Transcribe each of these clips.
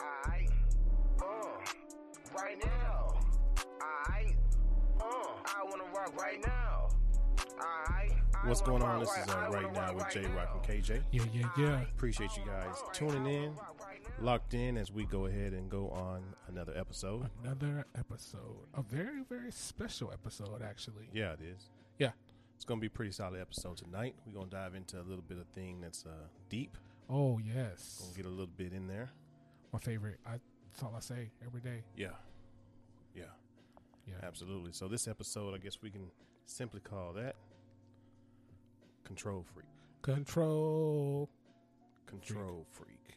Alright, uh, right now. Alright, uh, I wanna rock right now. Alright. I What's going wanna on? rock This is I uh, wanna right now rock with right J Rock now. and KJ. Yeah, yeah, yeah. Appreciate you guys tuning in, locked in as we go ahead and go on another episode. Another episode. A very, very special episode, actually. Yeah, it is. Yeah. It's going to be a pretty solid episode tonight. We're going to dive into a little bit of thing that's uh, deep. Oh, yes. We'll get a little bit in there. My favorite. I, that's all I say every day. Yeah. Yeah. Yeah. Absolutely. So this episode, I guess we can simply call that Control Freak. Control. Control Freak.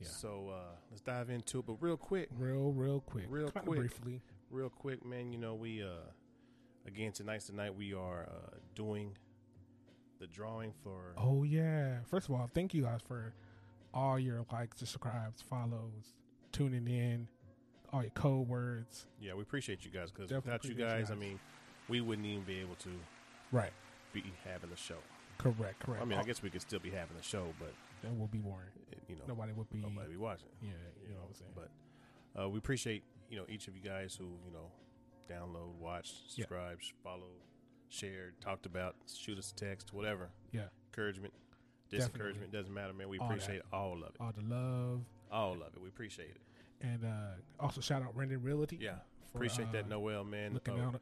Yeah. So uh, let's dive into it, but real quick, Real, real quick. Real Kinda quick. Briefly. real quick, man. You know, we uh again tonight's the night we are uh doing the drawing for Oh, yeah. First of all, thank you guys for all your likes, subscribes, follows, tuning in, all your code words. yeah. We appreciate you guys because Definitely without you appreciate you guys, I guys. mean, we wouldn't even be able to Right. be having the show. Correct, correct. I mean, I Oh, guess we could still be having the show, but That will be boring. it, you know, Nobody would be. nobody be watching. Yeah, you know what I'm saying. But uh, we appreciate you know each of you guys who you know download, watch, Yeah. subscribe, sh follow, shared, talked about, shoot us a text, whatever. Yeah. Encouragement, Definitely. disencouragement doesn't matter, man. We All that. appreciate all of it, All the love. all of it. We appreciate it. And uh, also shout out Rendon Realty. Yeah, for, appreciate that, uh, Noel, man. Looking Uh, out.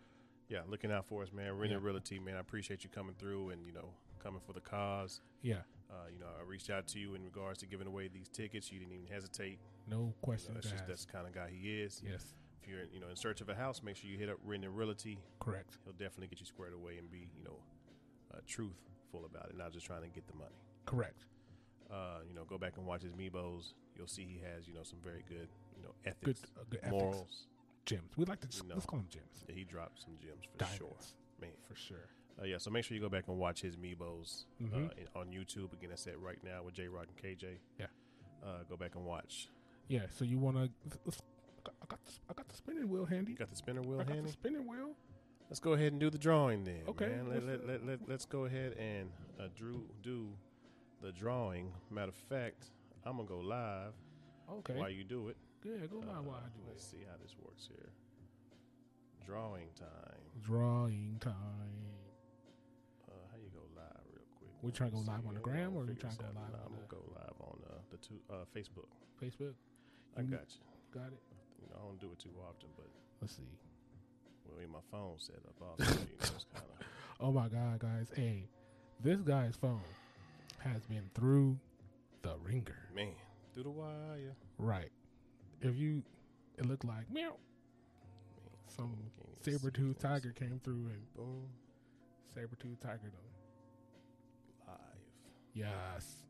yeah, looking out for us, man. Really, Yeah. realty, man. I appreciate you coming through and you know coming for the cause. Yeah. Uh, you know, I reached out to you in regards to giving away these tickets. You didn't even hesitate. No You know, questions that's just asked. that's the kind of guy he is. yes. If you're you know in search of a house, make sure you hit up Rendon Realty. Correct. he'll definitely get you squared away and be you know uh, truthful about it not just trying to get the money Correct. uh, you know go back and watch his meebos you'll see he has you know some very good you know Good. ethics Uh, good ethics. morals Gems. We like to just, You know. let's call them gems. Yeah, he dropped some gems for Diamonds. sure man For sure. uh, yeah so make sure you go back and watch his meebos uh, Mhm. in- on youtube again that's at right now with j-rock and kj Yeah. uh, go back and watch Yeah. So you want to? I got the, I got the spinning wheel handy. you got the spinner wheel I got handy the spinning wheel. let's go ahead and do the drawing then Okay, man. Let, let's- let, let, let, let's go ahead and uh, drew, do the drawing matter of fact i'm gonna go live Okay. while you do it. Good. Go by Uh, while I do Let's it. see how this works here. Drawing time. Drawing time. Uh, how you go live real quick? We tryna go Let's live see on here. the I'm gram gonna or we figure tryna this go out. live Nah, on I'm gonna the- go live on uh, the two uh, Facebook. Facebook. I Mm. got you. Got it. You know, I don't do it too often, but Let's see. well, in my phone set up also, you know, it's kind of Oh my God, guys. Hey, this guy's phone has been through the ringer. man through the wire. Right. If you, it looked like meow. Some Can't even see saber tooth things. tiger came through and Boom. saber tooth tiger them. Live. Yes.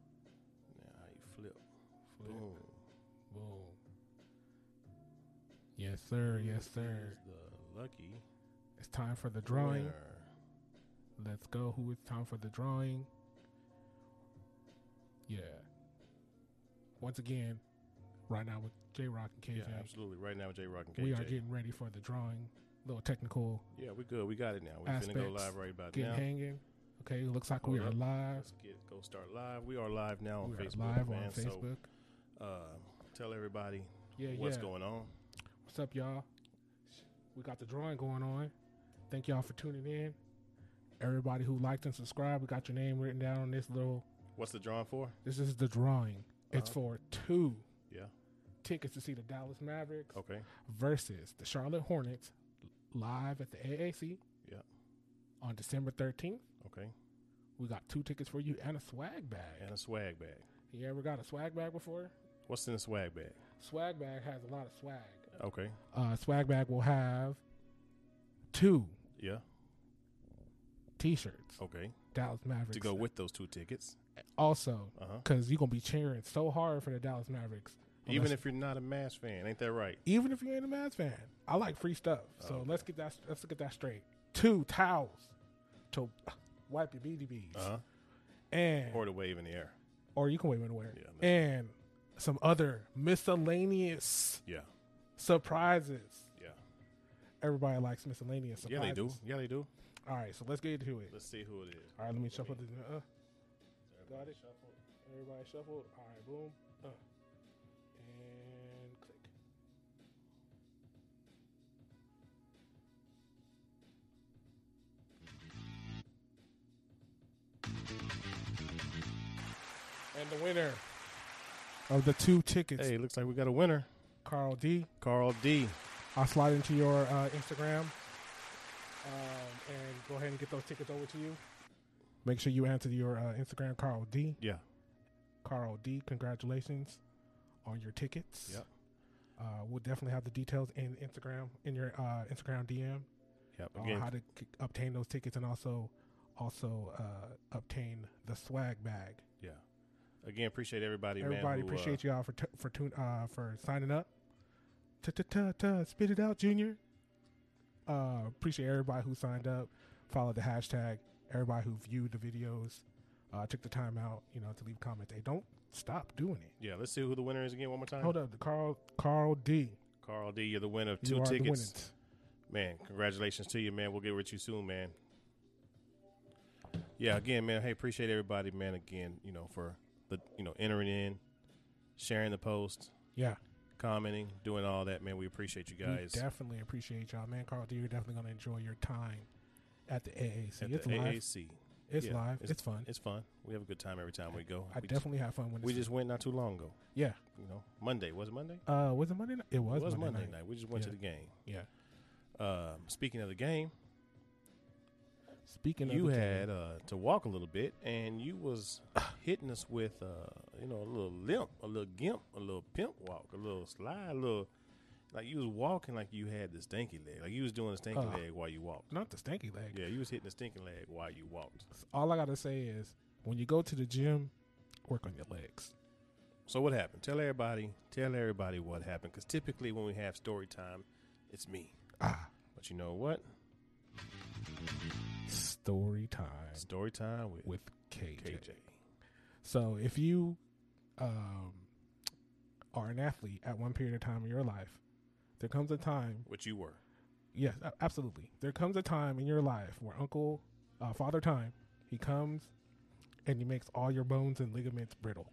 Now how you flip? Flip. Boom. Boom. Yes, sir. Yes, sir. Here's The lucky It's time for the drawing. winner. Let's go. Who it's time for the drawing? Yeah. Once again, right now with J Rock and KJ, Yeah, absolutely. Right now, J Rock and KJ. we are getting ready for the drawing. Little technical Yeah, we good. We got it now. We're finna go Aspects. live right about get now. hanging. Okay, looks like we Hold are up. live. Let's get go start live. We are live now on we Facebook. are live man. on Facebook. So uh, tell everybody yeah, what's yeah. going on. What's up, y'all? We got the drawing going on. Thank y'all for tuning in. Everybody who liked and subscribed, we got your name written down on this little. What's the drawing for? This is the drawing. It's Uh-huh. for two Yeah. Oh. tickets to see the Dallas Mavericks Okay. versus the Charlotte Hornets live at the AAC. Yeah. On December 13th, Okay. we got two tickets for you and a swag bag. And a swag bag. You ever got a swag bag before? What's in the swag bag? Swag bag has a lot of swag. Okay. Uh, swag bag will have two Yeah. T-shirts, Okay. Dallas Mavericks. Oh, To go with those two tickets. Also, Uh huh. because you're gonna be cheering so hard for the Dallas Mavericks. Even Unless- if you're not a Mass fan, ain't that right? even if you ain't a Mavs fan, I like free stuff. So Okay. let's get that let's get that straight. Two towels to wipe your BDBs, Uh huh. and or, Or the wave in the air. you can wait when to wear it. Yeah, that's- and some other miscellaneous Yeah. surprises. Yeah. Everybody likes miscellaneous Yeah, surprises. they do. Yeah, they do. All right, so let's get into it. Let's see who it is. All right, let me shuffle this. Uh, Everybody it. everybody shuffle. All right, boom. Uh, winner of the two tickets, Hey, looks like we got a winner. Carl D. Carl D. I'll slide into your uh, Instagram um, and go ahead and get those tickets over to you. Make sure you answer your uh, Instagram, Carl D. Yeah. Carl D. Congratulations on your tickets. Yep. Uh, we'll definitely have the details in Instagram in your uh, Instagram DM Yep. on Again, how to c- obtain those tickets and also also uh, obtain the swag bag. yeah. Again, appreciate everybody, man. Everybody, who, uh, appreciate y'all for t- for tune uh, for signing up. Ta ta ta ta. Spit it out, Junior. Uh, appreciate everybody who signed up, followed the hashtag. Everybody who viewed the videos, uh, took the time out, you know, to leave comments. They don't stop doing it. Yeah, let's see who the winner is again one more time. Hold up, the Carl Carl D. Carl D, you're the winner of two You are the tickets. winners. Man, congratulations to you, man. We'll get with you soon, man. Yeah, again, man. Hey, appreciate everybody, man. Again, you know, for the you know entering in, sharing the post, Yeah, commenting, doing all that, man. We appreciate you guys. we definitely appreciate y'all, man. Carl D, you're definitely gonna enjoy your time at the AAC. at it's the live. AAC, It's yeah, live. it's- It's, fun. it's fun. We have a good time every time we go. I we, definitely have fun when we it's just went not too long ago. yeah. You know, Monday was it Monday? Uh, was it Monday night? It was, it was Monday, Monday night. night. We just went Yeah. to the game. Yeah. Um, speaking of the game, Speaking of you the game, had uh, to walk a little bit, and you was hitting us with uh, you know a little limp, a little gimp, a little pimp walk, a little slide, a little like you was walking like you had the stinky leg, like you was doing the stinky Uh. leg while you walked. not the stanky leg. Yeah, you was hitting the stinky leg while you walked. All I gotta say is when you go to the gym, work on your legs. So what happened? Tell everybody, tell everybody what happened, because typically when we have story time, it's me. Ah, But you know what? story time Story time with, with KJ. KJ. So if you um, are an athlete at one period of time in your life, there comes a time. What you were? Yes, a- absolutely. There comes a time in your life where Uncle uh, Father Time he comes and he makes all your bones and ligaments brittle.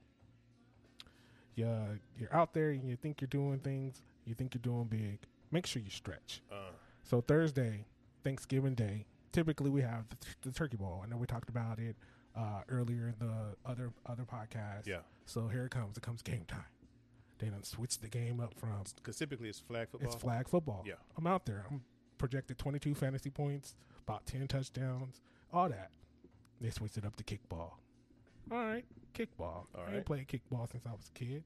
Yeah, you're out there and you think you're doing things. You think you're doing big. Make sure you stretch. Uh, So Thursday, Thanksgiving Day, typically we have the, the turkey ball. I know we talked about it uh, earlier in the other other podcast. yeah, So here it comes. It comes game time. They done switched the game up from because typically it's flag football. it's flag football. Yeah. I'm out there. I'm projected 22 fantasy points, about 10 touchdowns, all that. They switched it up to kickball. All right, kickball. All I ain't right. played kickball since I was a kid.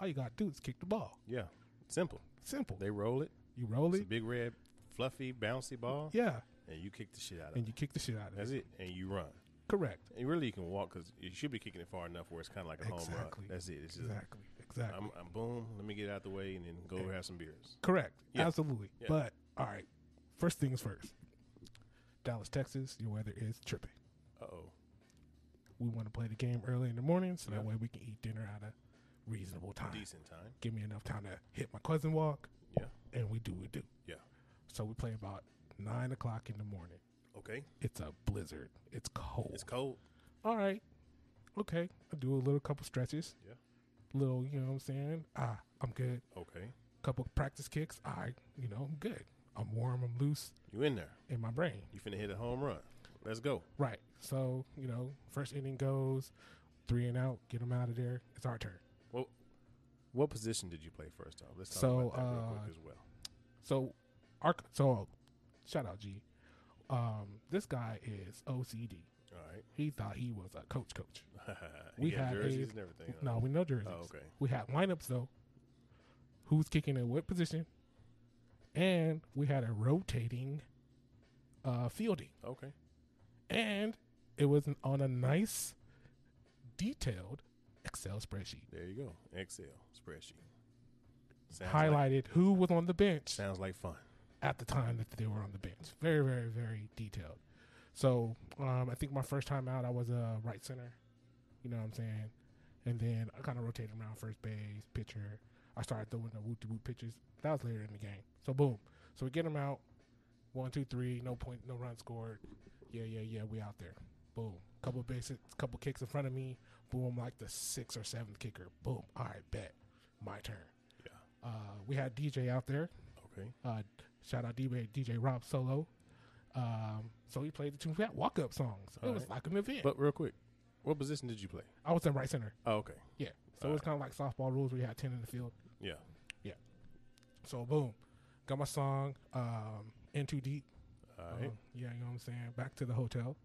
All you gotta do is kick the ball. yeah, simple. Simple. They roll it. You roll It's a it. big red, fluffy, bouncy ball, Yeah, and you kick the shit out of and it. you kick the shit out of That's it. it, and you run. Correct. And really, you can walk because you should be kicking it far enough where it's kind of like a home run. Exactly. That's it. It's just Exactly. Exactly. I'm, I'm boom. Let me get out the way and then go have some beers. Correct. Yeah. Absolutely. Yeah. But all right. First things first. Dallas, Texas, your weather is tripping. Uh oh. We want to play the game early in the morning so Yeah. that way we can eat dinner at a reasonable time. Decent time. Give me enough time to hit my cousin walk Yeah. and we do what we do. Yeah. So we play about nine o'clock in the morning. Okay. It's a blizzard. It's cold. It's cold. all right. Okay. I do a little couple stretches. Yeah. Little, you know what I'm saying? Ah, I'm good. Okay. Couple practice kicks. I, you know, I'm good. I'm warm, I'm loose You in there? in my brain. You finna hit a home run. Let's go. Right. So, you know, first inning goes, three and out, get them out of there. It's our turn. Well, what position did you play first off? Let's talk So, about that real uh, quick as well. So, our, so shout out G. Um, this guy is OCD. All right. He thought he was a coach coach. You we got had a- jerseys and everything. huh? No, we know jerseys. Oh, okay. We had lineups though. Who's kicking at what position? And we had a rotating uh, fielding. Okay. And it was on a nice, detailed Excel spreadsheet. There you go. Excel spreadsheet. Sounds Like, highlighted who was on the bench. sounds like fun. at the time that they were on the bench. Very, very, very detailed. So um, I think my first time out, I was a right center. You know what I'm saying? And then I kind of rotated around first base, pitcher. I started throwing the woot to woot pitches. That was later in the game. So boom. So we get them out. One, two, three. No point, no run scored. Yeah, yeah, yeah. We out there. Boom. Couple bases, couple kicks in front of me. Boom. Like the sixth or seventh kicker. Boom. All right, bet. My turn. Yeah. Uh, we had DJ out there. Okay. Uh, shout out DJ, DJ Rob Solo. Um, so he played the two walk up songs. It was Alright. like an event. But real quick, What position did you play? I was in right center. Oh, okay. Yeah. So it's kind of like softball rules where you had 10 in the field. Yeah. So boom, got my song um, in too deep. All Um, right. yeah, you know what I'm saying. Back to the hotel.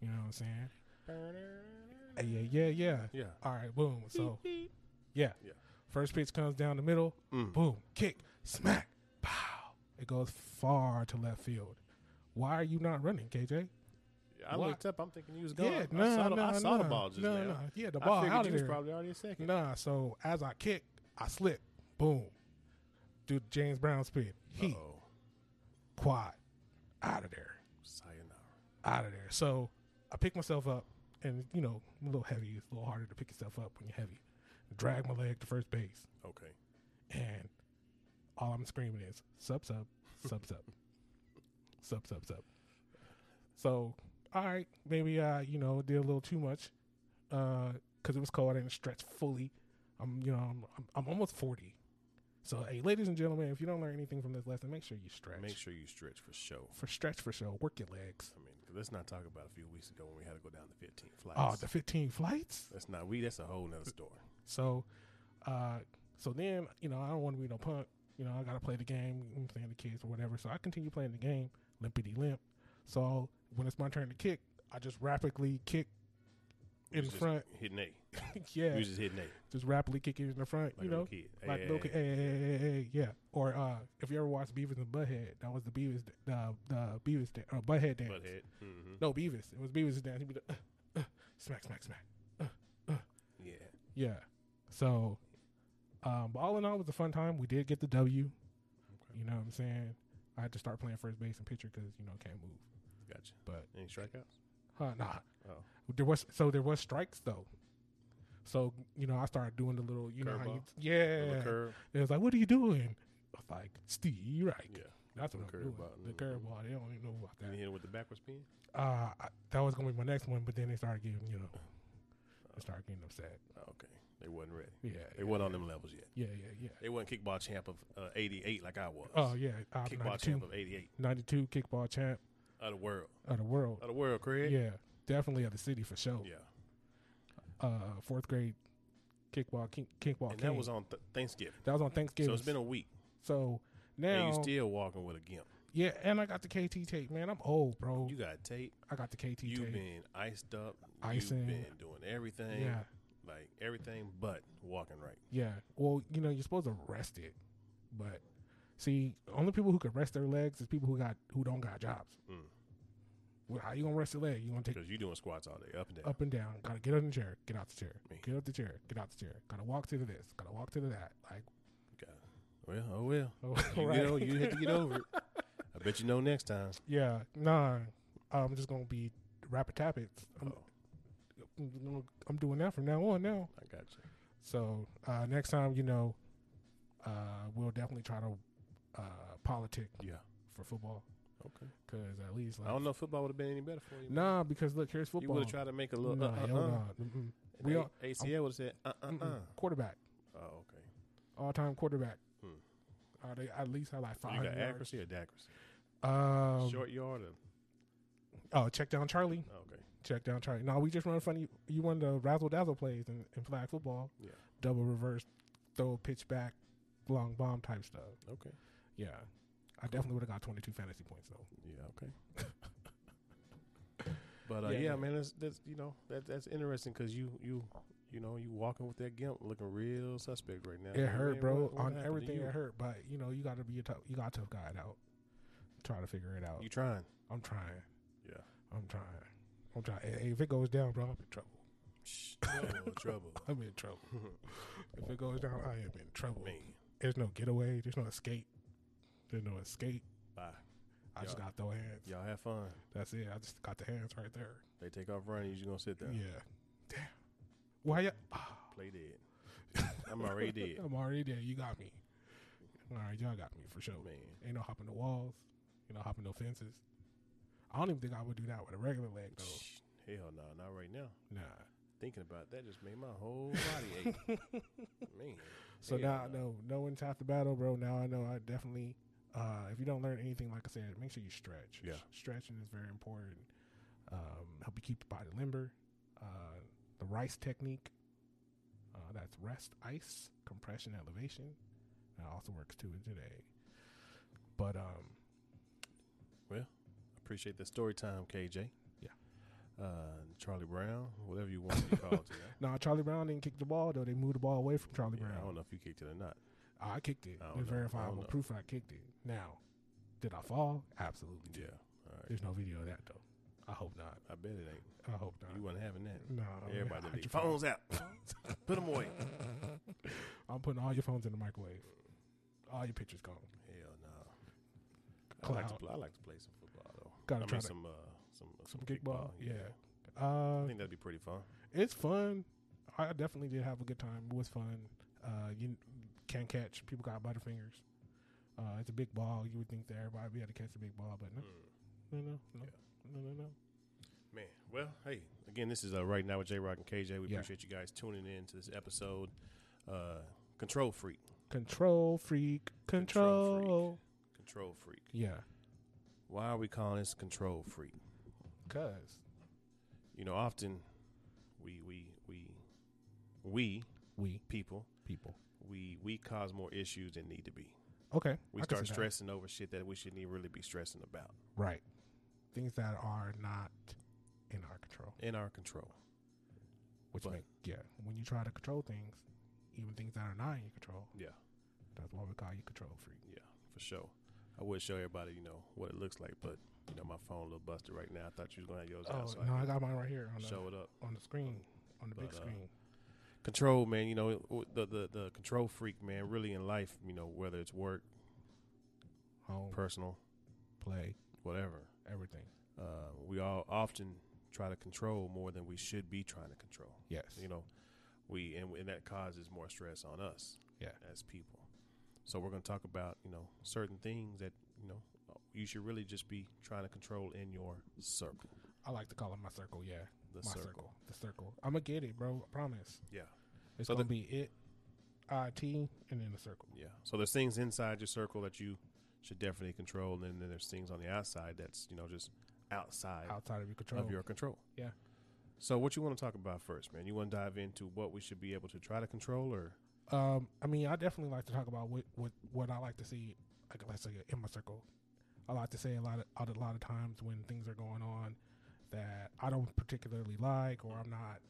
You know what I'm saying. Uh, yeah, yeah, yeah. Yeah. All right, boom. So yeah, Yeah. First pitch comes down the middle. Mm. Boom, kick, smack, pow. It goes far to left field. Why are you not running, KJ? I Why- looked up. I'm thinking you was gone. Yeah, I no, saw, no, the, I saw no, the ball just no, now. no. Yeah, the I ball figured out you of was there. probably already a second. Nah, so as I kick, I slip. Boom. Do the James Brown spin. He oh, quad. Out of there. sayonara. Out of there. So I pick myself up and you know, I'm a little heavy. It's a little harder to pick yourself up when you're heavy. Drag my leg to first base. Okay. And all I'm screaming is sub sub, sub sub. Sub sub sub. So all right, maybe I, you know, did a little too much. Uh, cause it was cold. I didn't stretch fully. I'm, you know, I'm, I'm, I'm almost 40. So, hey, ladies and gentlemen, if you don't learn anything from this lesson, make sure you stretch. Make sure you stretch for show. for stretch for sure. Work your legs. I mean, let's not talk about a few weeks ago when we had to go down to 15 flights. Oh, the 15 flights. that's not we. That's a whole nother story. So, uh, so then you know I don't want to be no punk. You know I gotta play the game. I'm playing the kids or whatever. So I continue playing the game, limpity limp. So when it's my turn to kick, I just rapidly kick You in was just front. hitting A. yeah, You was just hitting A. Like just rapidly kick it in the front. a you little know, kid. like Hey, little hey, kid. Hey, hey, hey, hey, hey, yeah. Or uh, if you ever watched Beavis and Butthead, that was the Beavis, the the Beavis da- uh, Butthead hey, dance. Butthead. Mm-hmm. No, Beavis. It was Beavis' dance. He'd be like, uh, uh, smack, smack, smack. Yeah. Yeah. So, um, but all in all, it was a fun time. We did get the W. You know what I'm saying? I had to start playing first base and pitcher because you know can't move. Gotcha. But Any strikeouts? huh, nah, Oh. there was so there was strikes though. So you know I started doing the little you know how you, Curveball? yeah. Little curve. It was like, what are you doing? I was like, Steve, you right. Yeah. That's what the I'm doing. curveball. The curveball. They don't even know about And that. hit it with the backwards pin. Uh, I, that was gonna be my next one, but then they started getting you know, Uh. they started getting upset. Oh, okay. They wasn't ready. Yeah, They weren't on them levels yet. yeah, yeah, yeah. They wasn't kickball champ of uh, 88 like I was. Oh yeah, I'm kickball 92, champ of 88. 92 kickball champ Of the world. of the world. Of the world, Craig. Yeah, definitely of the city for sure. Yeah. Uh, fourth grade kickball king, kickball And king. that was on th- Thanksgiving. that was on Thanksgiving. So it's been a week. So And now, you still walking with a gimp. yeah, and I got the KT tape, man. I'm old, bro. You got tape. I got the KT You've tape. been iced up. Icing. You've been doing everything. yeah, Like everything but walking right. yeah. Well, you know, you're supposed to rest it, but see, only people who can rest their legs is people who got who don't got jobs. Mm. Well, how you gonna rest your leg? You gonna take Because you're doing squats all day, up and down. up and down. Gotta get on the chair. Get out the chair. Me. Get up the chair. Get out the chair. Gotta walk to the this. Gotta walk to the that. Like, Got it. Well, oh well. oh, You know, you have to get over it. I bet you know next time. Yeah, nah. I'm just gonna be rapid tap it. I'm, Oh. I'm- I'm doing that from now on now. I got you. So uh, next time, you know, uh, we'll definitely try to uh, politic Yeah. for football Okay. because at least like I don't know if football would have been any better for you. man. nah. Because look, here's You football. would have tried to make a little. Nah, uh, uh, hell uh. nah. Mm-mm. And We A- all- ACL would have said, uh, uh, uh. Mm-mm. Quarterback, Oh, okay. all time quarterback. Hmm. Uh, they at least had like you five got yards. accuracy or accuracy? Um, Short yard or? Oh, check down Charlie. oh, Okay. check down Charlie. No, we just run funny. You run the razzle dazzle plays in, in flag football. Yeah. Double reverse, throw pitch back, long bomb type stuff. Okay. Yeah. I definitely would have got 22 fantasy points though. Yeah, okay. but uh, yeah, Yeah, yeah. man, that's, that's you know that that's interesting because you you you know you walking with that gimp looking real suspect right now. it Like, hurt, man, bro. what- what On happened to everything you? it hurt, but you know you got to be a tough. You got a tough guy out. Try to figure it out. You trying? I'm trying. Yeah. I'm trying. I'm trying. Hey, if it goes down, bro, I'm in trouble. Shh, trouble, trouble. I'm in trouble. if it goes down, I am in trouble. Man, There's no getaway. There's no escape. There's no escape. bye. I just Yeah. got to throw hands. Y'all have fun. That's it. I just got the hands right there. They take off running. You just gonna sit there, Yeah. Damn. Why ya? play dead. I'm already dead, I'm already there. You got me. All right, y'all got me for sure. man. Ain't no hopping the walls. Ain't no hopping no fences. I don't even think I would do that with a regular leg though. Shh, Hell no, not right now. Nah. Thinking about that just made my whole body ache. man. So hell now I know no one's half the battle, bro. Now I know I definitely. Uh, if you don't learn anything, like I said, make sure you stretch. Yeah. S- Stretching is very important. Um, help you keep your body limber. Uh, the rice technique. Uh, that's rest, ice, compression, elevation. That also works too today. But um, Appreciate the story time, KJ. Yeah. Uh, Charlie Brown, whatever you want to be called today. no, Charlie Brown didn't kick the ball though. They moved the ball away from Charlie Yeah, I Brown. don't know if you kicked it or not. I, kicked it. I don't There's know. I don't verifiable know. proof I kicked it. Now, did I fall? Absolutely. Yeah. did. All right. There's no video of that though. I hope not. I bet it ain't. I hope not. You wasn't having that. no, Everybody, Oh, hide leave. your phone. phones out. Put them away. I'm putting all your phones in the microwave. All your pictures gone. Hell no. I like, to Cloud. play, I like to play some football though. Gotta I try mean to- some uh some Some kickball. Yeah. Uh, I think that'd be pretty fun. it's fun. I definitely did have a good time. It was fun. Uh, you can catch. People got butterfingers. Uh, it's a big ball. You would think that everybody would be able to catch the big ball, but no, Mm. no, no, no, no, no, no. Man, well, hey, again, this is uh, right now with J Rock and KJ. We Yeah. appreciate you guys tuning in to this episode. Uh, Control freak, Control freak. Control. Control control freak. Yeah. Why are we calling this control freak? Cause You know, often we we we we we people people. we we cause more issues than need to be. Okay. We I can start see that. stressing over shit that we shouldn't even really be stressing about Right. Things that are not in our control. in our control. Which But- make yeah, when you try to control things, even things that are not in your control, Yeah, that's why we call you control freak. yeah, for sure. I would show everybody, you know, what it looks like, but you know, my phone a little busted right now. I thought you was gonna have yours out, so Oh, no, I I could got mine right here on the show it up. on the screen, on the big But, uh, screen. control, man. You know, w- the, the the control freak, man. Really in life, you know, whether it's work, Home personal, play, whatever, everything. uh, we all often try to control more than we should be trying to control. Yes. You know, we and, and that causes more stress on us, Yeah. as people. So we're going to talk about you know certain things that you know you should really just be trying to control in your circle, I like to call it my circle, yeah. the my circle. The circle. I'm gonna get it, bro. I promise. Yeah, It's So gonna the- be it, IT, and then the circle. yeah. So there's things inside your circle that you should definitely control, and then there's things on the outside that's you know just outside Outside of your control. of your control. Yeah. So what you want to talk about first, man? You want to dive into what we should be able to try to control, or Um, I mean, I definitely like to talk about what what, what I like to see. Like, let's say in my circle, I like to say a lot of a lot of times when things are going on that I don't particularly like or I'm not,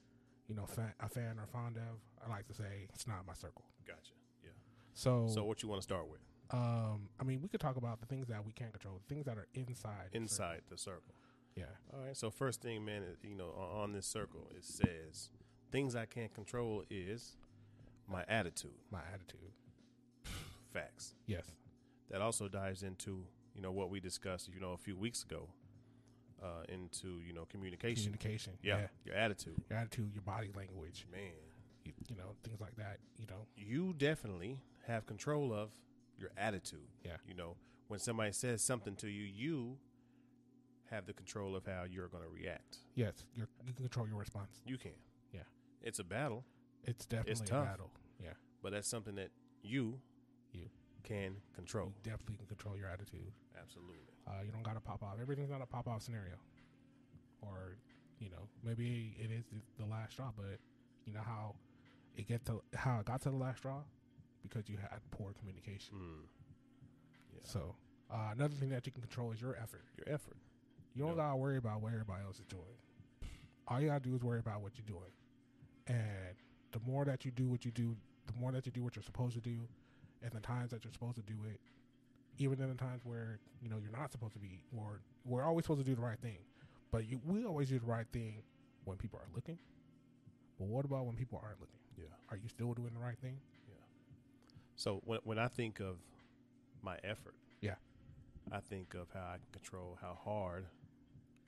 you know, fa- a fan or fond of. I like to say it's not my circle. gotcha, yeah. So, So what you want to start with um, I mean, we could talk about the things that we can't control, the things that are inside. the circle. inside the circle? yeah. All right. So first thing, man, is, you know, on on this circle, it says things I can't control is my attitude. My attitude. Facts. Yes. That also dives into you know what we discussed, you know, a few weeks ago, uh, into you know communication. Communication. yeah, your attitude, Your attitude, your body language, man. you, you know, things like that. You know. you definitely have control of your attitude. Yeah. You know, when somebody says something to you, you have the control of how you're going to react. Yes. Your, you can control your response. You can. Yeah. It's a battle, It's definitely tough. a battle. Yeah. but that's something that you You. can control. You definitely can control your attitude. Absolutely. Uh, you don't got to pop off. Everything's not a pop off scenario. Or, you know, maybe it is the last straw, but you know how it get to how it got to the last straw because you had poor communication. Mm. Yeah. So uh, another thing that you can control is your effort. Your effort. You don't Yep. gotta worry about what everybody else is doing. All you gotta do is worry about what you're doing. And the more that you do what you do, the more that you do what you're supposed to do, and the times that you're supposed to do it, even in the times where you know you're not supposed to be, or we're always supposed to do the right thing. But you, we always do the right thing when people are looking. But what about when people aren't looking? Yeah. Are you still doing the right thing? So when, when I think of my effort, Yeah. I think of how I can control how hard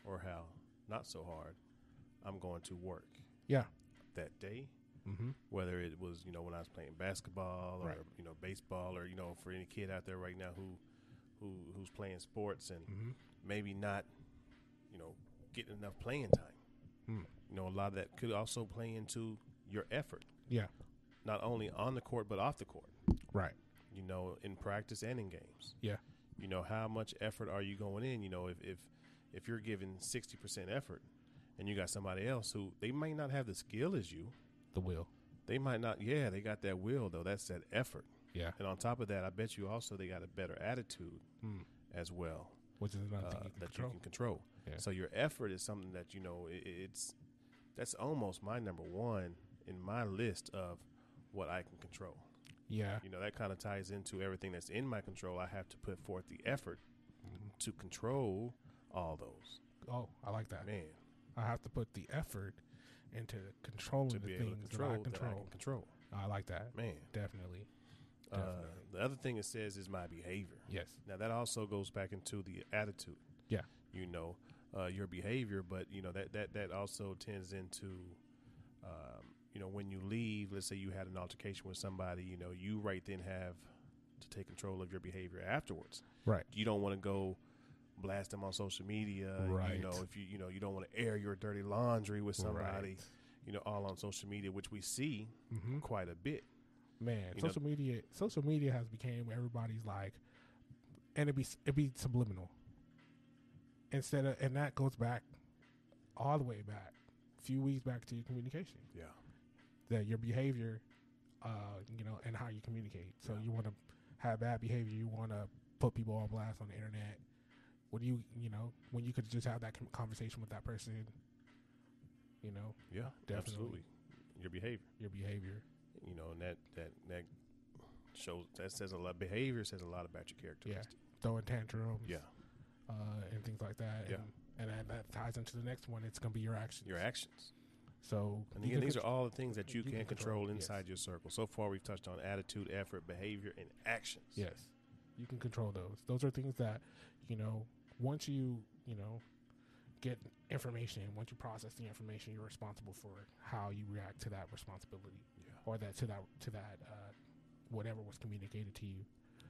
or how not so hard I'm going to work Yeah. that day. Mm-hmm. whether it was you know when I was playing basketball or Right. you know baseball or you know for any kid out there right now who who who's playing sports and Mm-hmm. maybe not you know getting enough playing time. Hmm. You know a lot of that could also play into your effort, Yeah. not only on the court but off the court. Right. You know in practice and in games. Yeah. You know how much effort are you going in? You know if if if you're giving sixty percent effort and you got somebody else who they may not have the skill as you. The will. They might not. Yeah, they got that will though. That's that effort. Yeah. And on top of that, I bet you also they got a better attitude Mm. as well Which is another uh, thing you can that control. you can control. Yeah. So your effort is something that you know i i- it's that's almost my number one in my list of what I can control. yeah. You know that kind of ties into everything that's in my control. I have to put forth the effort Mm-hmm. to control all those. Oh, I like that. Man, I have to put the effort into controlling to the be things able to control that I that I control. can control. I, like that. Man, Definitely. uh, Definitely. the other thing it says is my behavior. yes. Now that also goes back into the attitude. Yeah. You know, uh, your behavior, but you know that that that also tends into, um, you know, when you leave. Let's say you had an altercation with somebody. You know, you right then have to take control of your behavior afterwards. Right. You don't want to go blast them on social media. Right. You know, if you you know you don't want to air your dirty laundry with somebody. Right. You know, all on social media, which we see hmm quite a bit. Man, You know- social media. Social media has became where everybody's like, and it be it be subliminal. Instead of and that goes back, all the way back, a few weeks back to your communication. Yeah. that your behavior, uh, you know, and how you communicate. So you want to have bad behavior. You want to put people on blast on the internet. What do you, you know, when you could just have that com- conversation with that person, you know, Yeah. Definitely. Absolutely. Your behavior. your behavior. you know, and that that that shows that says a lot. Behavior says a lot about your Yeah. characteristics. Throwing tantrums. Yeah, Uh, and things like that. Yeah. And, and that, that ties into the next one. It's going to be your actions. your actions. So And you again, can these are contr- all the things that you, can, control, yes. inside your circle. So far, we've touched on attitude, effort, behavior, and actions. Yes. You can control those. Those are things that, you know, once you, you know, get information, once you process the information, you're responsible for how you react to that responsibility Yeah. or that to that to that uh, whatever was communicated to you.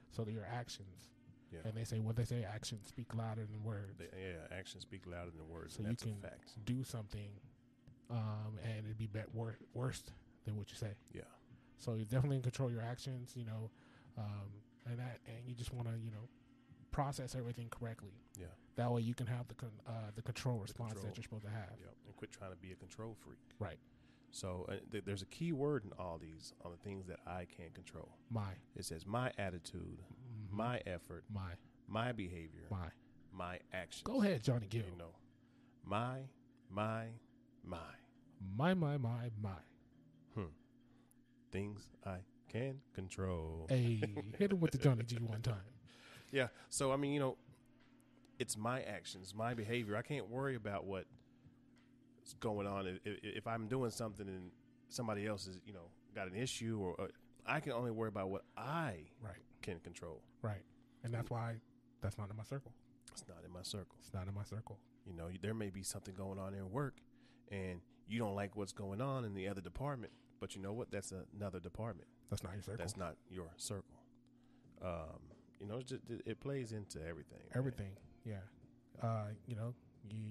So that your actions. Yeah. And they say what they say actions speak louder than words. The- yeah, actions speak louder than words, So and you that's can- a fact. Do something um, and it'd be bet wor- worse than what you say. Yeah, So you definitely control your actions, you know, um, and that, and you just want to, you know, process everything correctly. yeah, That way, you can have the con- uh, the control response control. that you're supposed to have. yeah. And quit trying to be a control freak. Right. So uh, th- there's a key word in all these on the things that I can control. My, It says my attitude, Mm-hmm. my effort, my, my behavior, my. my actions. Go ahead, Johnny Gill. You know, my, my, my My, my, my, my. things I can control. Hey, hit him with the Johnny G one time. Yeah. So I mean, you know, it's my actions, my behavior. I can't worry about what's going on. If, if- if I'm doing something and somebody else is, you know, got an issue, or uh, I can only worry about what I Right, can control. right. And that's why that's not in my circle. It's not in my circle. It's not in my circle. You know, there may be something going on in work, and you don't like what's going on in the other department. But you know what? That's another department. That's not your circle. that's not your circle. Um, you know, it's just, it, it plays into everything. man. everything. Yeah, uh, you know, you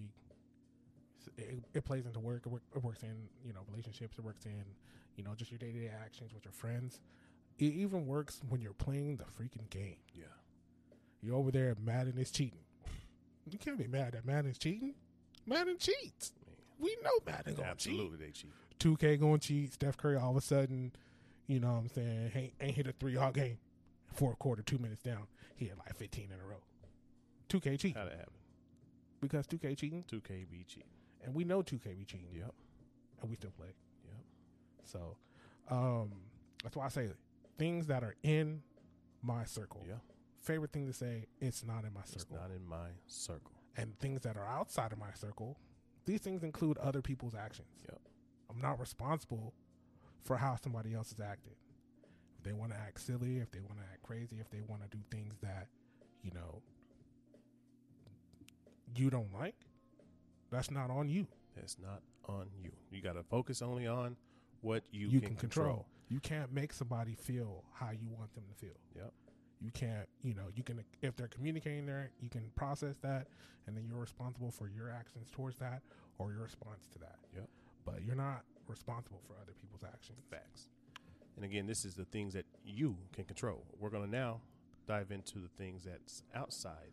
it, it plays into work. It, work. it works in you know relationships. It works in you know just your day to day actions with your friends. It even works when you're playing the freaking game. Yeah. You're over there, Madden is cheating. You can't be mad that Madden's cheating. Madden cheats. We know Madden gonna cheat. Absolutely, they cheat. Two K going to cheat. Steph Curry all of a sudden, you know what I'm saying, ain't, ain't hit a three all game. Fourth quarter, two minutes down, he had like 15 in a row. Two K cheat How that happen? because 2K cheating, Two KB cheating. and we know 2K be cheating. Yep. and we still play. Yep. So um, that's why I say things that are in my circle. Yeah. Favorite thing to say, it's not in my It's Oh, circle. not in my circle. And things that are outside of my circle, these things include other people's actions. Yep. I'm not responsible for how somebody else has acted. If they want to act silly, if they want to act crazy, if they want to do things that, you know, you don't like, that's not on you. That's not on you. You got to focus only on what you, you, can, control. You can't make somebody feel how you want them to feel. Yep. You can't, you know, you can if they're communicating there, you can process that, and then you're responsible for your actions towards that or your response to that. Yep. But you're not responsible for other people's actions. Facts. And again, this is the things that you can control. We're going to now dive into the things that's outside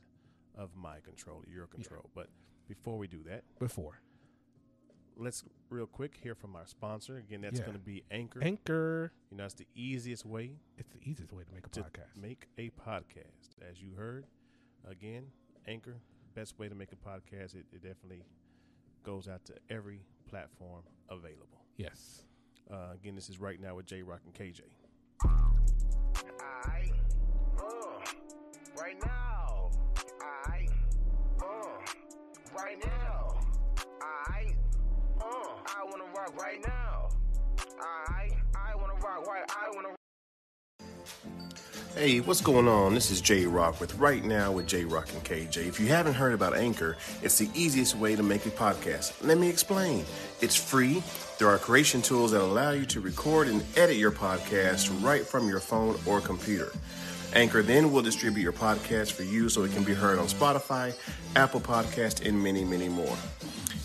of my control, your control. But before we do that, Before let's real quick hear from our sponsor. Again, that's Yeah. going to be Anchor. Anchor. you know, that's the easiest way It's the easiest way to make a to podcast. make a podcast. As you heard, again, Anchor, best way to make a podcast. It, it definitely goes out to every platform available. Yes. Uh, again, this is right now with J Rock and KJ. I, uh, right now. I, uh, right now. I, uh, I wanna rock right now. I, I wanna rock right. I wanna. Hey, what's going on? This is J Rock with Right Now with J Rock and KJ. If you haven't heard about Anchor, it's the easiest way to make a podcast. Let me explain. It's free. There are creation tools that allow you to record and edit your podcast right from your phone or computer. Anchor then will distribute your podcast for you so it can be heard on Spotify, Apple Podcast, and many, many more.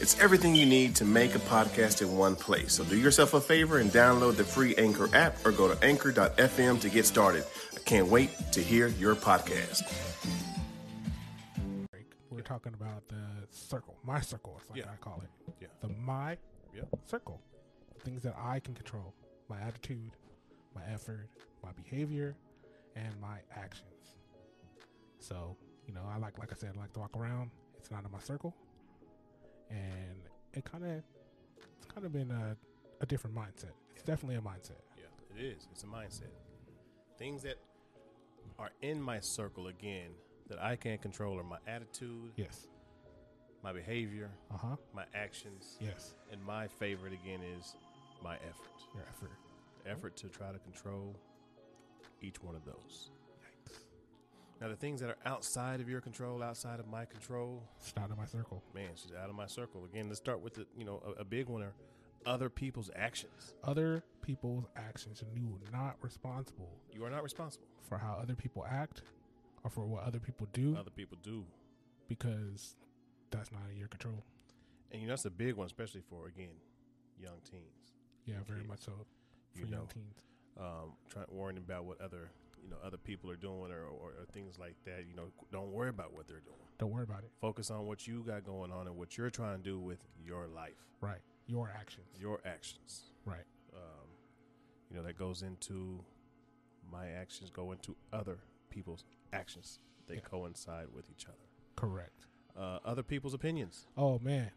It's everything you need to make a podcast in one place. So do yourself a favor and download the free Anchor app or go to anchor.fm to get started. I can't wait to hear your podcast. Break. We're talking about the circle, my circle, is like Yeah. I call it. Yeah. The my Yeah. circle. The things that I can control my attitude, my effort, my behavior, and my actions. So, you know, I like, like I said, I like to walk around. It's not in my circle. And it kind of, it's kind of been a, a different mindset. It's definitely a mindset. Yeah, it is. It's a mindset. Things that are in my circle again that I can't control are my attitude, Yes. my behavior, Uh huh. my actions, Yes. and my favorite again is my effort. Your effort. Effort to try to control each one of those. Yikes. Now, the things that are outside of your control, outside of my control, It's not in my circle. man, she's out of my circle. Again, let's start with the, you know a, a big one are other people's actions. Other people's actions, and you are not responsible You are not responsible. for how other people act or for what other people do Other people do, because that's not in your control. and you know that's a big one, especially for again young teens. Yeah, very Kids. much so for You young know. teens. um, trying worrying about what other you know other people are doing or, or, or things like that. You know, don't worry about what they're doing. Don't worry about it. Focus on what you got going on and what you're trying to do with your life, Right. Your actions. your actions. Right. Um, you know that goes into my actions go into other people's actions. They Yeah. coincide with each other. Correct. Uh, other people's opinions. Oh man.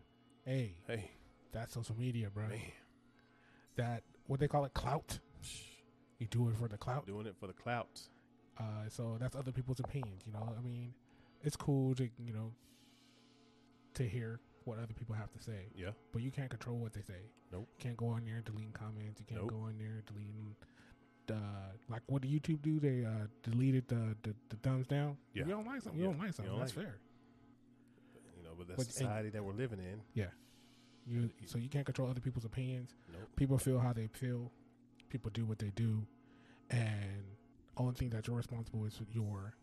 Hey, Hey, that's social media, bro. man, That what they call it clout. You do it for the clout. doing it for the clout. Uh, so that's other people's opinions, you know. I mean, it's cool to you know to hear what other people have to say, Yeah, but you can't control what they say. Nope. You can't go on there and deleting comments. You can't Nope. go on there deleting. Uh, like what did YouTube do? They uh, deleted the, the the thumbs down. Yeah. If You don't like something. You Yeah. don't like something. You don't that's like fair. you know, but that's But- the society that we're living in. You so you can't control other people's opinions. Nope. People feel how they feel. People do what they do, and only thing that you're responsible is your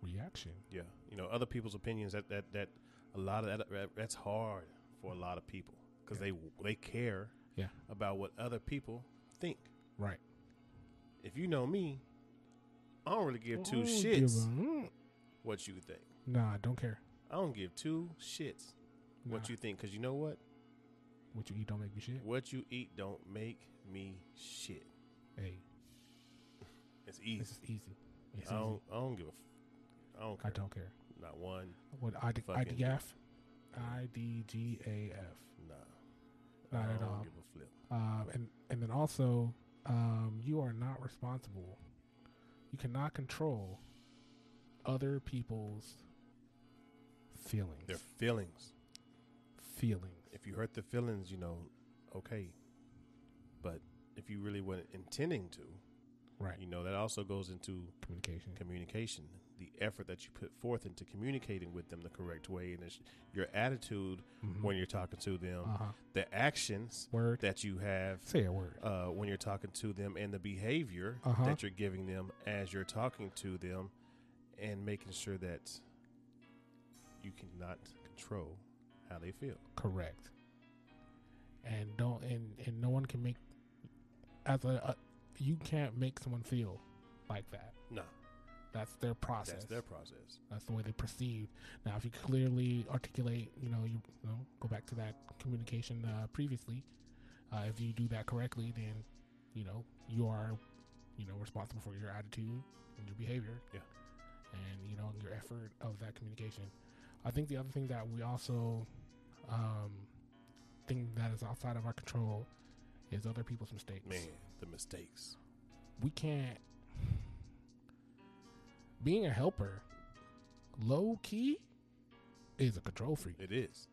reaction. Yeah, you know, other people's opinions that that that a lot of that, that that's hard for a lot of people because they they care Yeah. about what other people think. Right. If you know me, I don't really give two Oh, shits give a- mm. what you think. Nah, I don't care. I don't give two shits what Nah. you think because you know what? What you eat don't make me shit. What you eat don't make me shit. Hey, It's easy. this is easy. It's I don't easy. I don't give a f- I don't I care. don't care. Not one. What I D- Fucking- IDF? IDGAF. Nah. Not I at don't all. give a flip. Um, and and then also, um, you are not responsible. You cannot control other people's feelings. Their feelings. feelings. if you hurt the feelings, you know, okay. But if you really weren't intending to, Right. you know, that also goes into Communication. communication, the effort that you put forth into communicating with them the correct way, and it's your attitude Mhm. when you're talking to them, Uh-huh. the actions Word. that you have Say a word. uh, when you're talking to them, and the behavior Uh-huh. that you're giving them as you're talking to them, and making sure that you cannot control how they feel. correct and don't and and no one can make as a, a you can't make someone feel like that No, That's their process. That's their process. That's the way they perceive. Now, if you clearly articulate, you know, you, you know, go back to that communication uh, previously. Uh, if you do that correctly, then you know you are, you know, responsible for your attitude and your behavior. Yeah. And you know your effort of that communication. I think the other thing that we also um, think that is outside of our control is other people's mistakes Man, the mistakes. we can't being a helper low key is a control freak It is.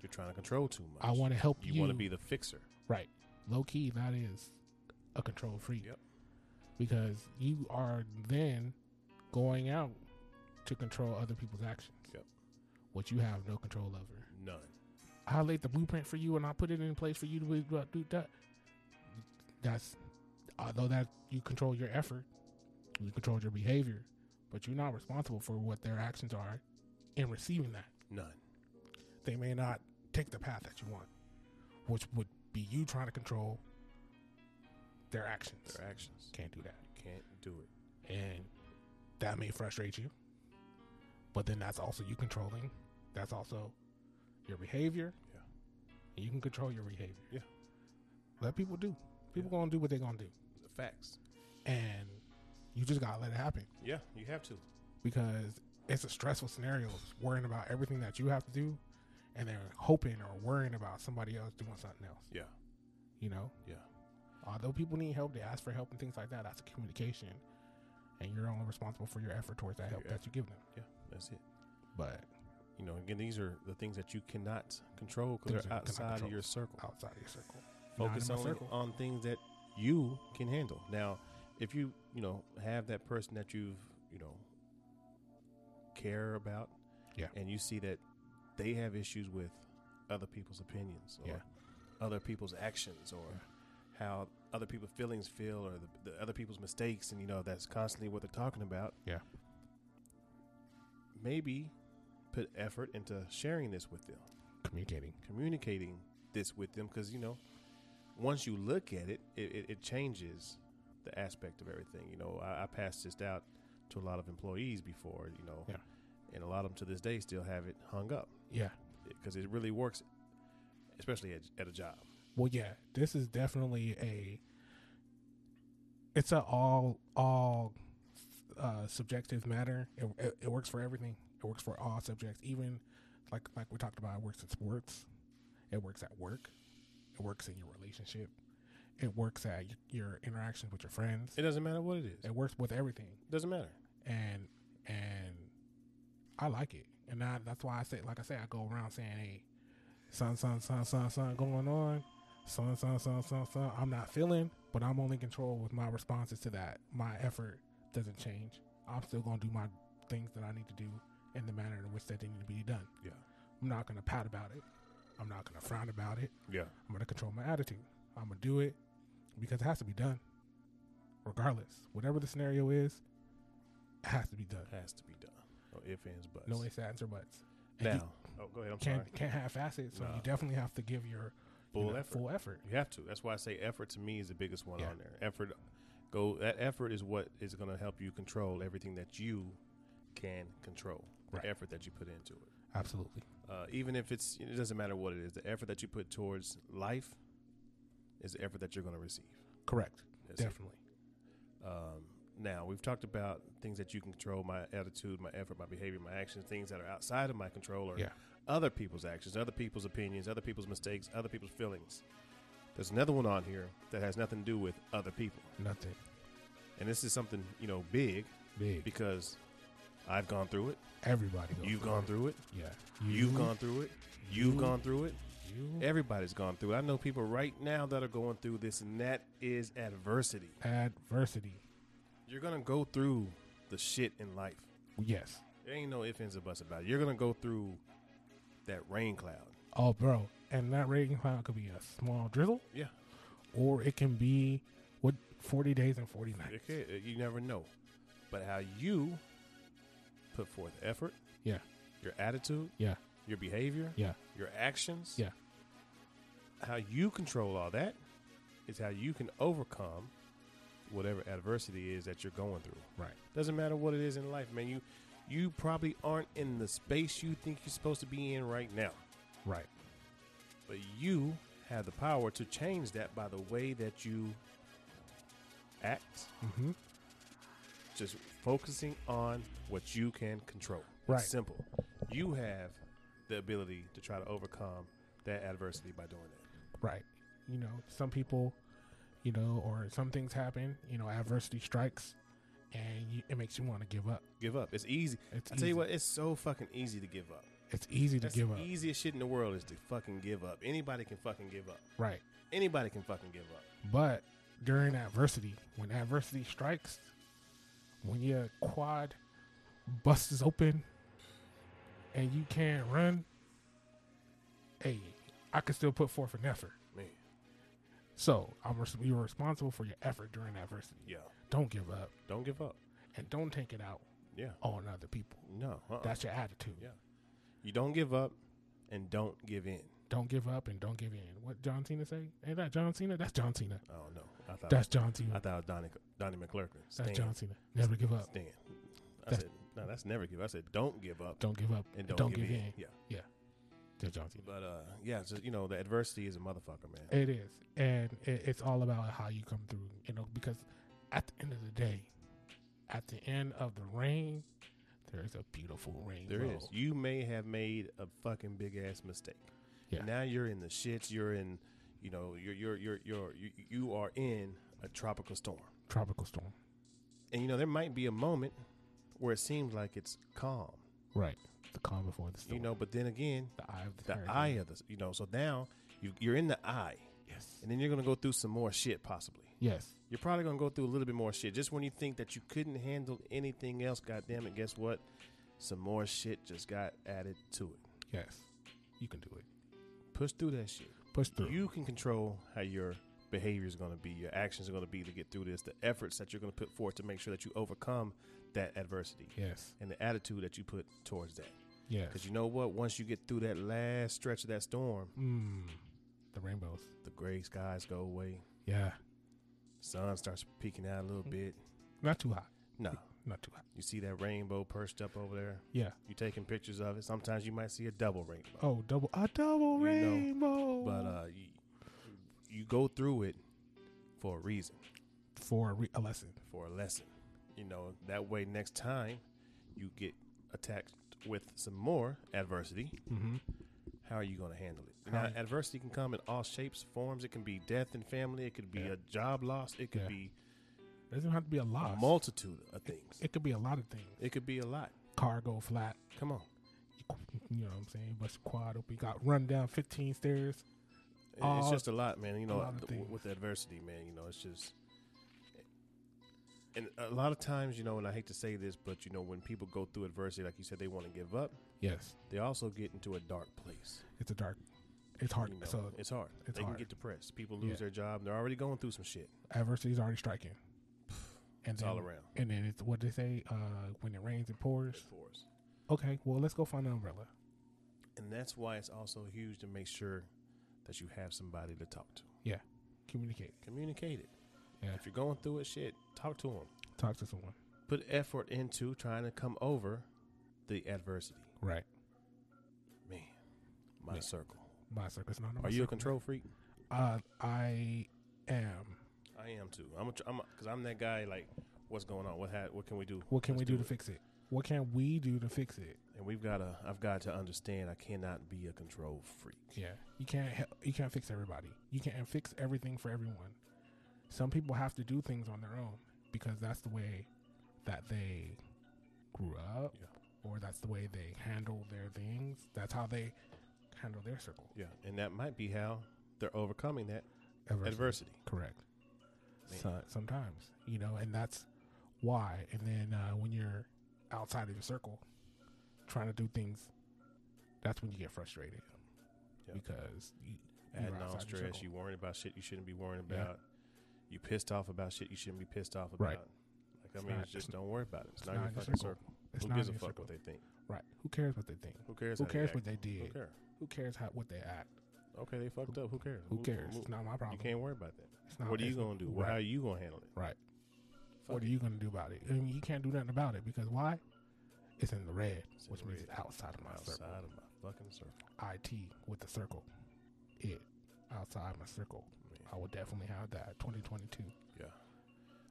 You're trying to control too much. i want to help you, You, want to be the fixer. right low key that is a control freak Yep. because you are then going out to control other people's actions Yep. which you have no control over None. i laid the blueprint for you and i put it in place for you to do that- do that that's although that you control your effort you control your behavior but you're not responsible for what their actions are in receiving that None. they may not take the path that you want which would be you trying to control their actions Their actions. can't do that You can't do it. and that may frustrate you but then that's also you controlling that's also your behavior Yeah. and you can control your behavior Yeah. let people do people Yeah. gonna do what they gonna do The facts. and you just gotta let it happen Yeah, you have to. because it's a stressful scenario worrying about everything that you have to do and then hoping or worrying about somebody else doing something else Yeah. you know Yeah. although people need help they ask for help and things like that that's communication and you're only responsible for your effort towards that help Your that you give them Yeah. That's it. but You know, again, these are the things that you cannot control Things because that they're you outside cannot control. of your circle. outside your circle Not Focus in my only circle. on things that you can handle. Now, if you you know have that person that you've you know care about, Yeah. and you see that they have issues with other people's opinions or Yeah. other people's actions or how other people's feelings feel or the, the other people's mistakes, and you know that's constantly what they're talking about. Yeah. maybe put effort into sharing this with them communicating communicating this with them because you know once you look at it it, it it changes the aspect of everything you know I, I passed this out to a lot of employees before you know Yeah. and a lot of them to this day still have it hung up yeah because it really works especially at, at a job well yeah this is definitely a it's a all all uh subjective matter it, it, it works for everything it works for all subjects even like like we talked about it works in sports it works at work it works in your relationship it works at y- your interactions with your friends it doesn't matter what it is it it works with everything doesn't matter and and I like it, and I, that's why I say, like I say, I go around saying, "Hey, son, son, son, son, son, going on, son, son, son, son, son." I'm not feeling, but I'm only in control with my responses to that. My effort doesn't change. I'm still gonna do my things that I need to do in the manner in which that they need to be done. yeah I'm not gonna pout about it. I'm not gonna frown about it. yeah I'm gonna control my attitude. I'm gonna do it because it has to be done, regardless. Whatever the scenario is, it has to be done. has to be done no ifs ands buts No ifs, ands, or buts. And now you oh go ahead i'm sorry can't can't half ass it. So Nah. you definitely have to give your you Full know, effort. Full effort. You have to. That's why I say effort to me is the biggest one Yeah. on there. Effort go that effort is what is going to help you control everything that you can control. Right. The effort that you put into it. Absolutely. Uh, even if it's it doesn't matter what it is. The effort that you put towards life is the effort that you're going to receive. Correct. That's it. definitely. Um, now we've talked about things that you can control: my attitude, my effort, my behavior, my actions. Things that are outside of my control or Yeah. other people's actions, other people's opinions, other people's mistakes, other people's feelings. There's another one on here that has nothing to do with other people, Nothing and this is something you know big big. because I've gone through it, Everybody. Goes you've gone through it, Yeah. you've gone through it, you've you, gone through it. You. Everybody's gone through it. I know people right now that are going through this, and that is adversity. Adversity. You're gonna go through the shit in life. Yes. There ain't no ifs, ands, or buts about it. You're gonna go through that rain cloud. Oh, bro. And that rain cloud could be a small drizzle, Yeah, or it can be what forty days and forty nights. it could- you never know. But how you put forth effort, Yeah. your attitude, Yeah. your behavior, Yeah. your actions, Yeah. how you control all that is how you can overcome whatever adversity is that you're going through. Right. Doesn't matter what it is in life, man. You you probably aren't in the space you think you're supposed to be in right now. Right. But you have the power to change that by the way that you act, Mm-hmm. just focusing on what you can control. Right. It's simple. You have the ability to try to overcome that adversity by doing that. Right. You know, some people, you know, or some things happen. You know, adversity strikes, and you, it makes you want to give up. Give up. It's easy. It's I tell easy. you what, it's so fucking easy to give up. It's easy to That's give the up. easiest shit in the world is to fucking give up. Anybody can fucking give up. Right. Anybody can fucking give up. But during adversity, when adversity strikes, when your quad busts is open and you can't run, hey, I can still put forth an effort. Man, So I'm res- you're responsible for your effort during adversity. yeah. Don't give up Don't give up. and don't take it out Yeah. on other people. No. uh-uh. That's your attitude. Yeah. You don't give up and don't give in. Don't give up and don't give in. What John Cena say? Ain't that John Cena? That's John Cena. I don't know. I thought That's John I Cena. thought it was Donnie Donnie McClurkin. Stand. That's John Cena. Never give up. Stand. I That's- said no. That's never give. up. I said don't give up Don't give up and don't, give, in. Yeah. That's John Cena. But uh, yeah. Just you know, the adversity is a motherfucker, man. It is, and it, it's all about how you come through, you know. Because at the end of the day, at the end of the rain, there is a beautiful rainbow. There is. You may have made a fucking big ass mistake. Yeah. Now you're in the shits. You're in. You know. You're. You're. You're. You're. You, you are in a tropical storm. tropical storm, And you know there might be a moment where it seems like it's calm. right? The calm before the storm. You know. But then again, the eye of the, the hurricane. eye of the. You know. So now you, you're in the eye, Yes, and then you're gonna go through some more shit possibly. yes, You're probably gonna go through a little bit more shit. Just when you think that you couldn't handle anything else, goddamn it, guess what? Some more shit just got added to it. yes. You can do it. Push through that shit. Push through. You can control how your behavior is going to be, your actions are going to be to get through this, the efforts that you're going to put forth to make sure that you overcome that adversity, yes, and the attitude that you put towards that. yes. Because you know what? Once you get through that last stretch of that storm, Mm, the rainbows. the gray skies go away, Yeah, sun starts peeking out a Mm-hmm. little bit. not too hot. No, Not too hot. you see that rainbow perched up over there. Yeah. You taking pictures of it. Sometimes you might see a double rainbow. Oh, double a double You know, rainbow. But uh, you, you go through it for a reason. for a, re- a lesson. for a lesson. You know, that way next time you get attacked with some more adversity, Mm-hmm. how are you going to handle it? How Now, you- adversity can come in all shapes, forms. It can be death and family. It could be Yeah. a job loss. It could Yeah. be It doesn't have to be a a loss. multitude of things. it could be a lot of things. It could be a lot. Car go flat. Come on. You know what I'm saying? Bust your quad open. You got run down 15 stairs. It- It's All- just a lot, man. You know, lot of th- things. with adversity, man, you know, it's just. And a lot of times, you know, and I hate to say this, but, you know, when people go through adversity, like you said, they want to give up, Yes, they also get into a dark place. it's a dark. It's hard. You know, So it's hard. it's they hard. can get depressed. People lose Yeah. their job. They're already going through some shit. adversity is already striking. And It's then, all around. And then it's what they say: uh, when it rains, it pours. It pours. Okay, well let's go find an umbrella. And that's why it's also huge to make sure that you have somebody to talk to. Communicate. Communicate it. Yeah. If you're going through it, shit, talk to them. Talk to someone. Put effort into trying to come over the adversity. Right. Man, my Man. circle. My circus. Not Are you a control freak? Uh, I am. I am too. I'm because I'm, a- 'cause I'm that guy. Like, what's going on? What ha- what can we do? What can Let's we do, to it. fix it? What can we do to fix it? And we've got to. I've got to understand. I cannot be a control freak. Yeah, you can't hel- you can't fix everybody. You can't fix everything for everyone. Some people have to do things on their own because that's the way that they grew up, Yeah. or that's the way they handle their things. That's how they handle their circle. Yeah, and that might be how they're overcoming that Adversity. adversity. Correct. Man. So, uh, sometimes you know, and that's why. And then uh, when you're outside of your circle, trying to do things, that's when you get frustrated Yeah. because you, Adding you're on outside your stress, circle. you worrying about shit you shouldn't be worrying Yeah. about. You pissed off about shit you shouldn't be pissed off about. Right. Like It's I mean, not- it's just it's- don't worry about it. It's, it's not, your not in your fucking circle. circle. It's Who not gives a in your fuck circle. what they think? Right. Who cares what they think? Who cares? Who how cares they act? what they Who did? cares? Who cares how what they act? Okay, they fucked up. Who cares? Who cares? who- It's not my you problem. can't worry about that. It's not, what are you it's- gonna do? Well, Right. How are you gonna handle it? right. What are you going to do about it? I mean, you can't do nothing about it because why? It's in the red, in which the means red. it's outside of my outside circle. of my fucking circle. IT with the circle. It outside my circle. Man. I will definitely have that 2022. Yeah.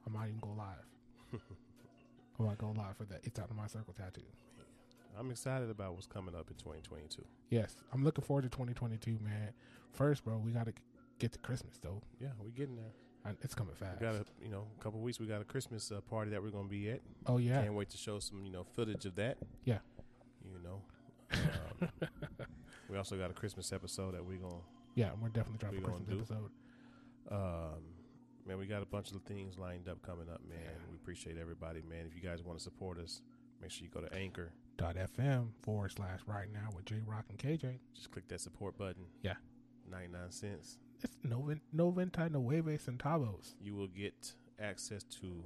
I might even go live. I might go live for that. It's out of my circle tattoo. I'm excited about what's coming up in 2022. Yes, I'm looking forward to 2022, man. First, bro, we gotta get to Christmas though. Yeah, we're getting there. And It's coming fast. We got a you know a couple weeks. We got a Christmas uh, party that we're gonna be at. oh yeah, Can't wait to show some you know footage of that. Yeah. You know. Um, we also got a Christmas episode that we're gonna yeah. We're definitely dropping a we gonna Christmas do. episode. Um, man, we got a bunch of things lined up coming up, man. Yeah. We appreciate everybody, man. If you guys want to support us, make sure you go to Anchor. Dot FM forward slash right now with J Rock and KJ. Just click that support button. Yeah. 99 cents. It's Noven Noventa Nueve Centavos. You will get access to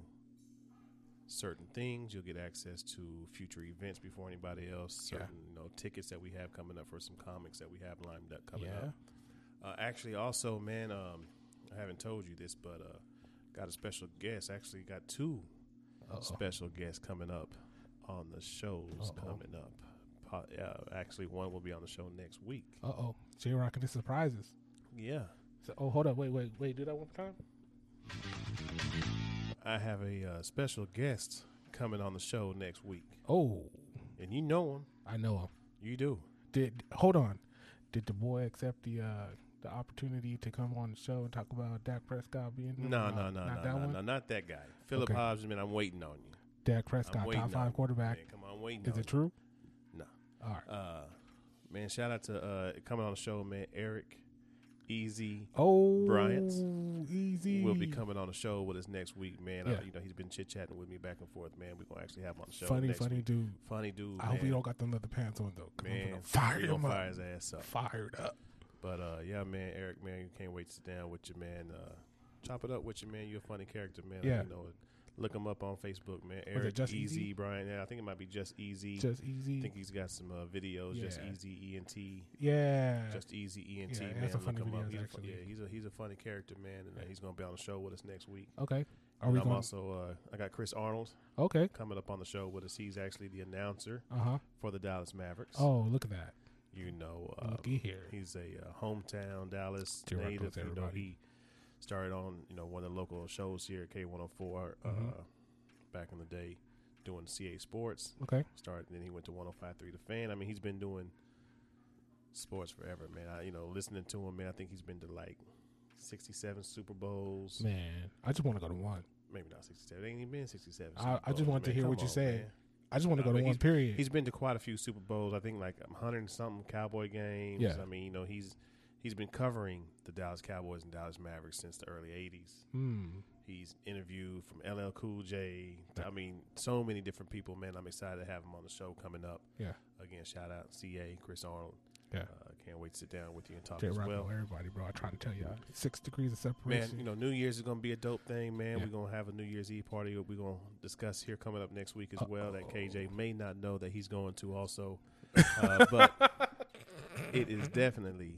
certain things. You'll get access to future events before anybody else. Yeah. Certain, you know, tickets that we have coming up for some comics that we have lined up coming Yeah. up. Uh, actually, also, man, um, I haven't told you this, but uh, got a special guest. Actually, got two Uh-oh. special guests coming up on the shows Uh-oh. coming up. Po- yeah, actually, one will be on the show next week. Uh oh, J Rock and the surprises. Yeah, So, oh, hold up, wait, wait, wait. Do that one more time. I have a uh, special guest coming on the show next week, Oh, and you know him. I know him. You do. Did hold on? Did the boy accept the uh the opportunity to come on the show and talk about Dak Prescott being? number- No, no, no, not no, that no, one. no, not that guy. Philip Okay. Hobbs, man, I'm waiting on you. Dak I'm Prescott, waiting top on you, five quarterback. Man, come on, I'm waiting. Is on it true? No. All right. you. Uh, man, shout out to uh, coming on the show, man. Eric, Easy, Oh, Bryant easy. will be coming on the show with us next week, man. Yeah. I, you know, he's been chit chatting with me back and forth, man. We're gonna actually have him on the show. funny, next funny week. dude. funny dude. I hope man. he don't got them leather pants on though. 'cause I'm Man, gonna fire we gonna him fire up. his ass up. Fired up. But uh, yeah, man, Eric, man, you can't wait to sit down with you, man. Uh, chop it up with you, man. You're a funny character, man. Yeah. You know, it. look him up on Facebook, man. it Eric Just Easy, Easy? Brian. Yeah, I think it might be just Easy. Just I easy. think he's got some uh, videos. Just Yeah. Easy E N T. yeah. Just Easy E N T. Yeah, he man, has some look funny him videos, up. He's a fu- actually. yeah, he's a he's a funny character, man, and uh, Yeah. he's gonna be on the show with us next week. okay. Are And we I'm going? also uh, I got Chris Arnold okay. coming up on the show with us. He's actually the announcer Uh huh. for the Dallas Mavericks. Oh, look at that. you know, uh, Looky here. he's a uh, hometown Dallas Two native. records, You know, everybody. he started on you know one of the local shows here at K one hundred four uh, Mhm. back in the day, doing CA Sports. Okay. Started then he went to 105.3 The Fan. I mean, he's been doing sports forever, man. I, you know, listening to him, man, I think he's been to like. 67 Super Bowls, Man, I just want to go to one. maybe not 67. It ain't even been 67. I- Super I just Bowls, wanted to man. hear Come what you on, said. man. I just want to Nah, go but to one. he's- Period. He's been to quite a few Super Bowls. I think like 100 and something Cowboy games. Yeah. I mean, you know, he's he's been covering the Dallas Cowboys and Dallas Mavericks since the early 80s. Hmm. He's interviewed from LL Cool J. to- I mean, so many different people, man. I'm excited to have him on the show coming up. Yeah. Again, shout out CA, Chris Arnold. Yeah. Uh, can't wait to sit down with you and talk J as Rock, well. everybody, bro. I'm trying to tell y'all. Six degrees of Man, separation. you know, New Year's is going to be a dope thing, man. Yeah. We're going to have a New Year's Eve party that we're going to discuss here coming up next week as well that Uh-oh. KJ may not know that he's going to also. Uh, but it is definitely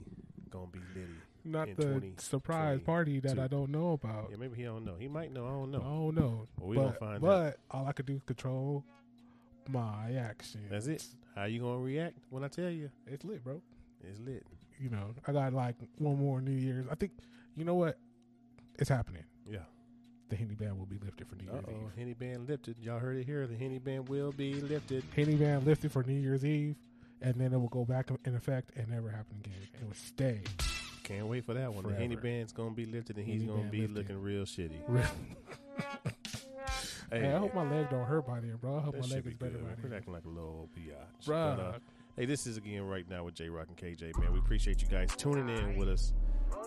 going to be litty. in Not the 20, surprise party that 22. I don't know about. Yeah, maybe he don't know. He might know. I don't know. Oh no. Well, we but, gonna find but all I could do is control my action. That's it. How you going to react when I tell you? It's lit, bro. It's lit. You know, I got like one more New Year's. I think you know what? It's happening. Yeah. The Henny ban will be lifted for New Year's Uh-oh. Eve. Henny band lifted. Y'all heard it here. The Henny band will be lifted. Henny ban lifted for New Year's Eve, and then it will go back in effect and never happen again. It will stay. Can't wait for that one. The Henny Forever. band's going to be lifted and he's Henny going to band be lifted. looking real shitty. Hey, Hey, I hope my leg don't hurt by then, bro. I hope that my should leg be is better good. by We're then. acting like a little old biatch. Bruh. But, uh, Hey, this is again right now with J Rock and KJ, man. We appreciate you guys tuning in with us.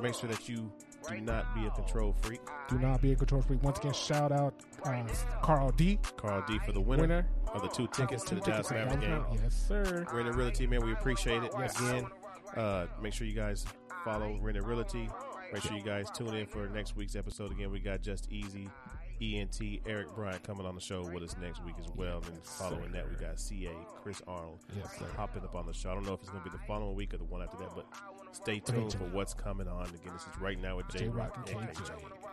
Make sure that you do not be a control freak. Do not be a control freak. Once again, shout out uh, Carl D. Carl D for the winner, Winner. of the two tickets to the Dallas Mavericks game. Downtown. Yes, sir. Rent and Realty, man, we appreciate it. Yes. Again, uh, make sure you guys follow Rent and Realty. Make sure you guys tune in for next week's episode. Again, we got Just Easy, ENT, Eric Bryant coming on the show with us next week as well. And following that, we got CA, Chris Arnold, Yes, sir. hopping up on the show. I don't know if it's going to be the following week or the one after that, but stay tuned for what's coming on. Again, this is right now with J Rock and KJ. Oh.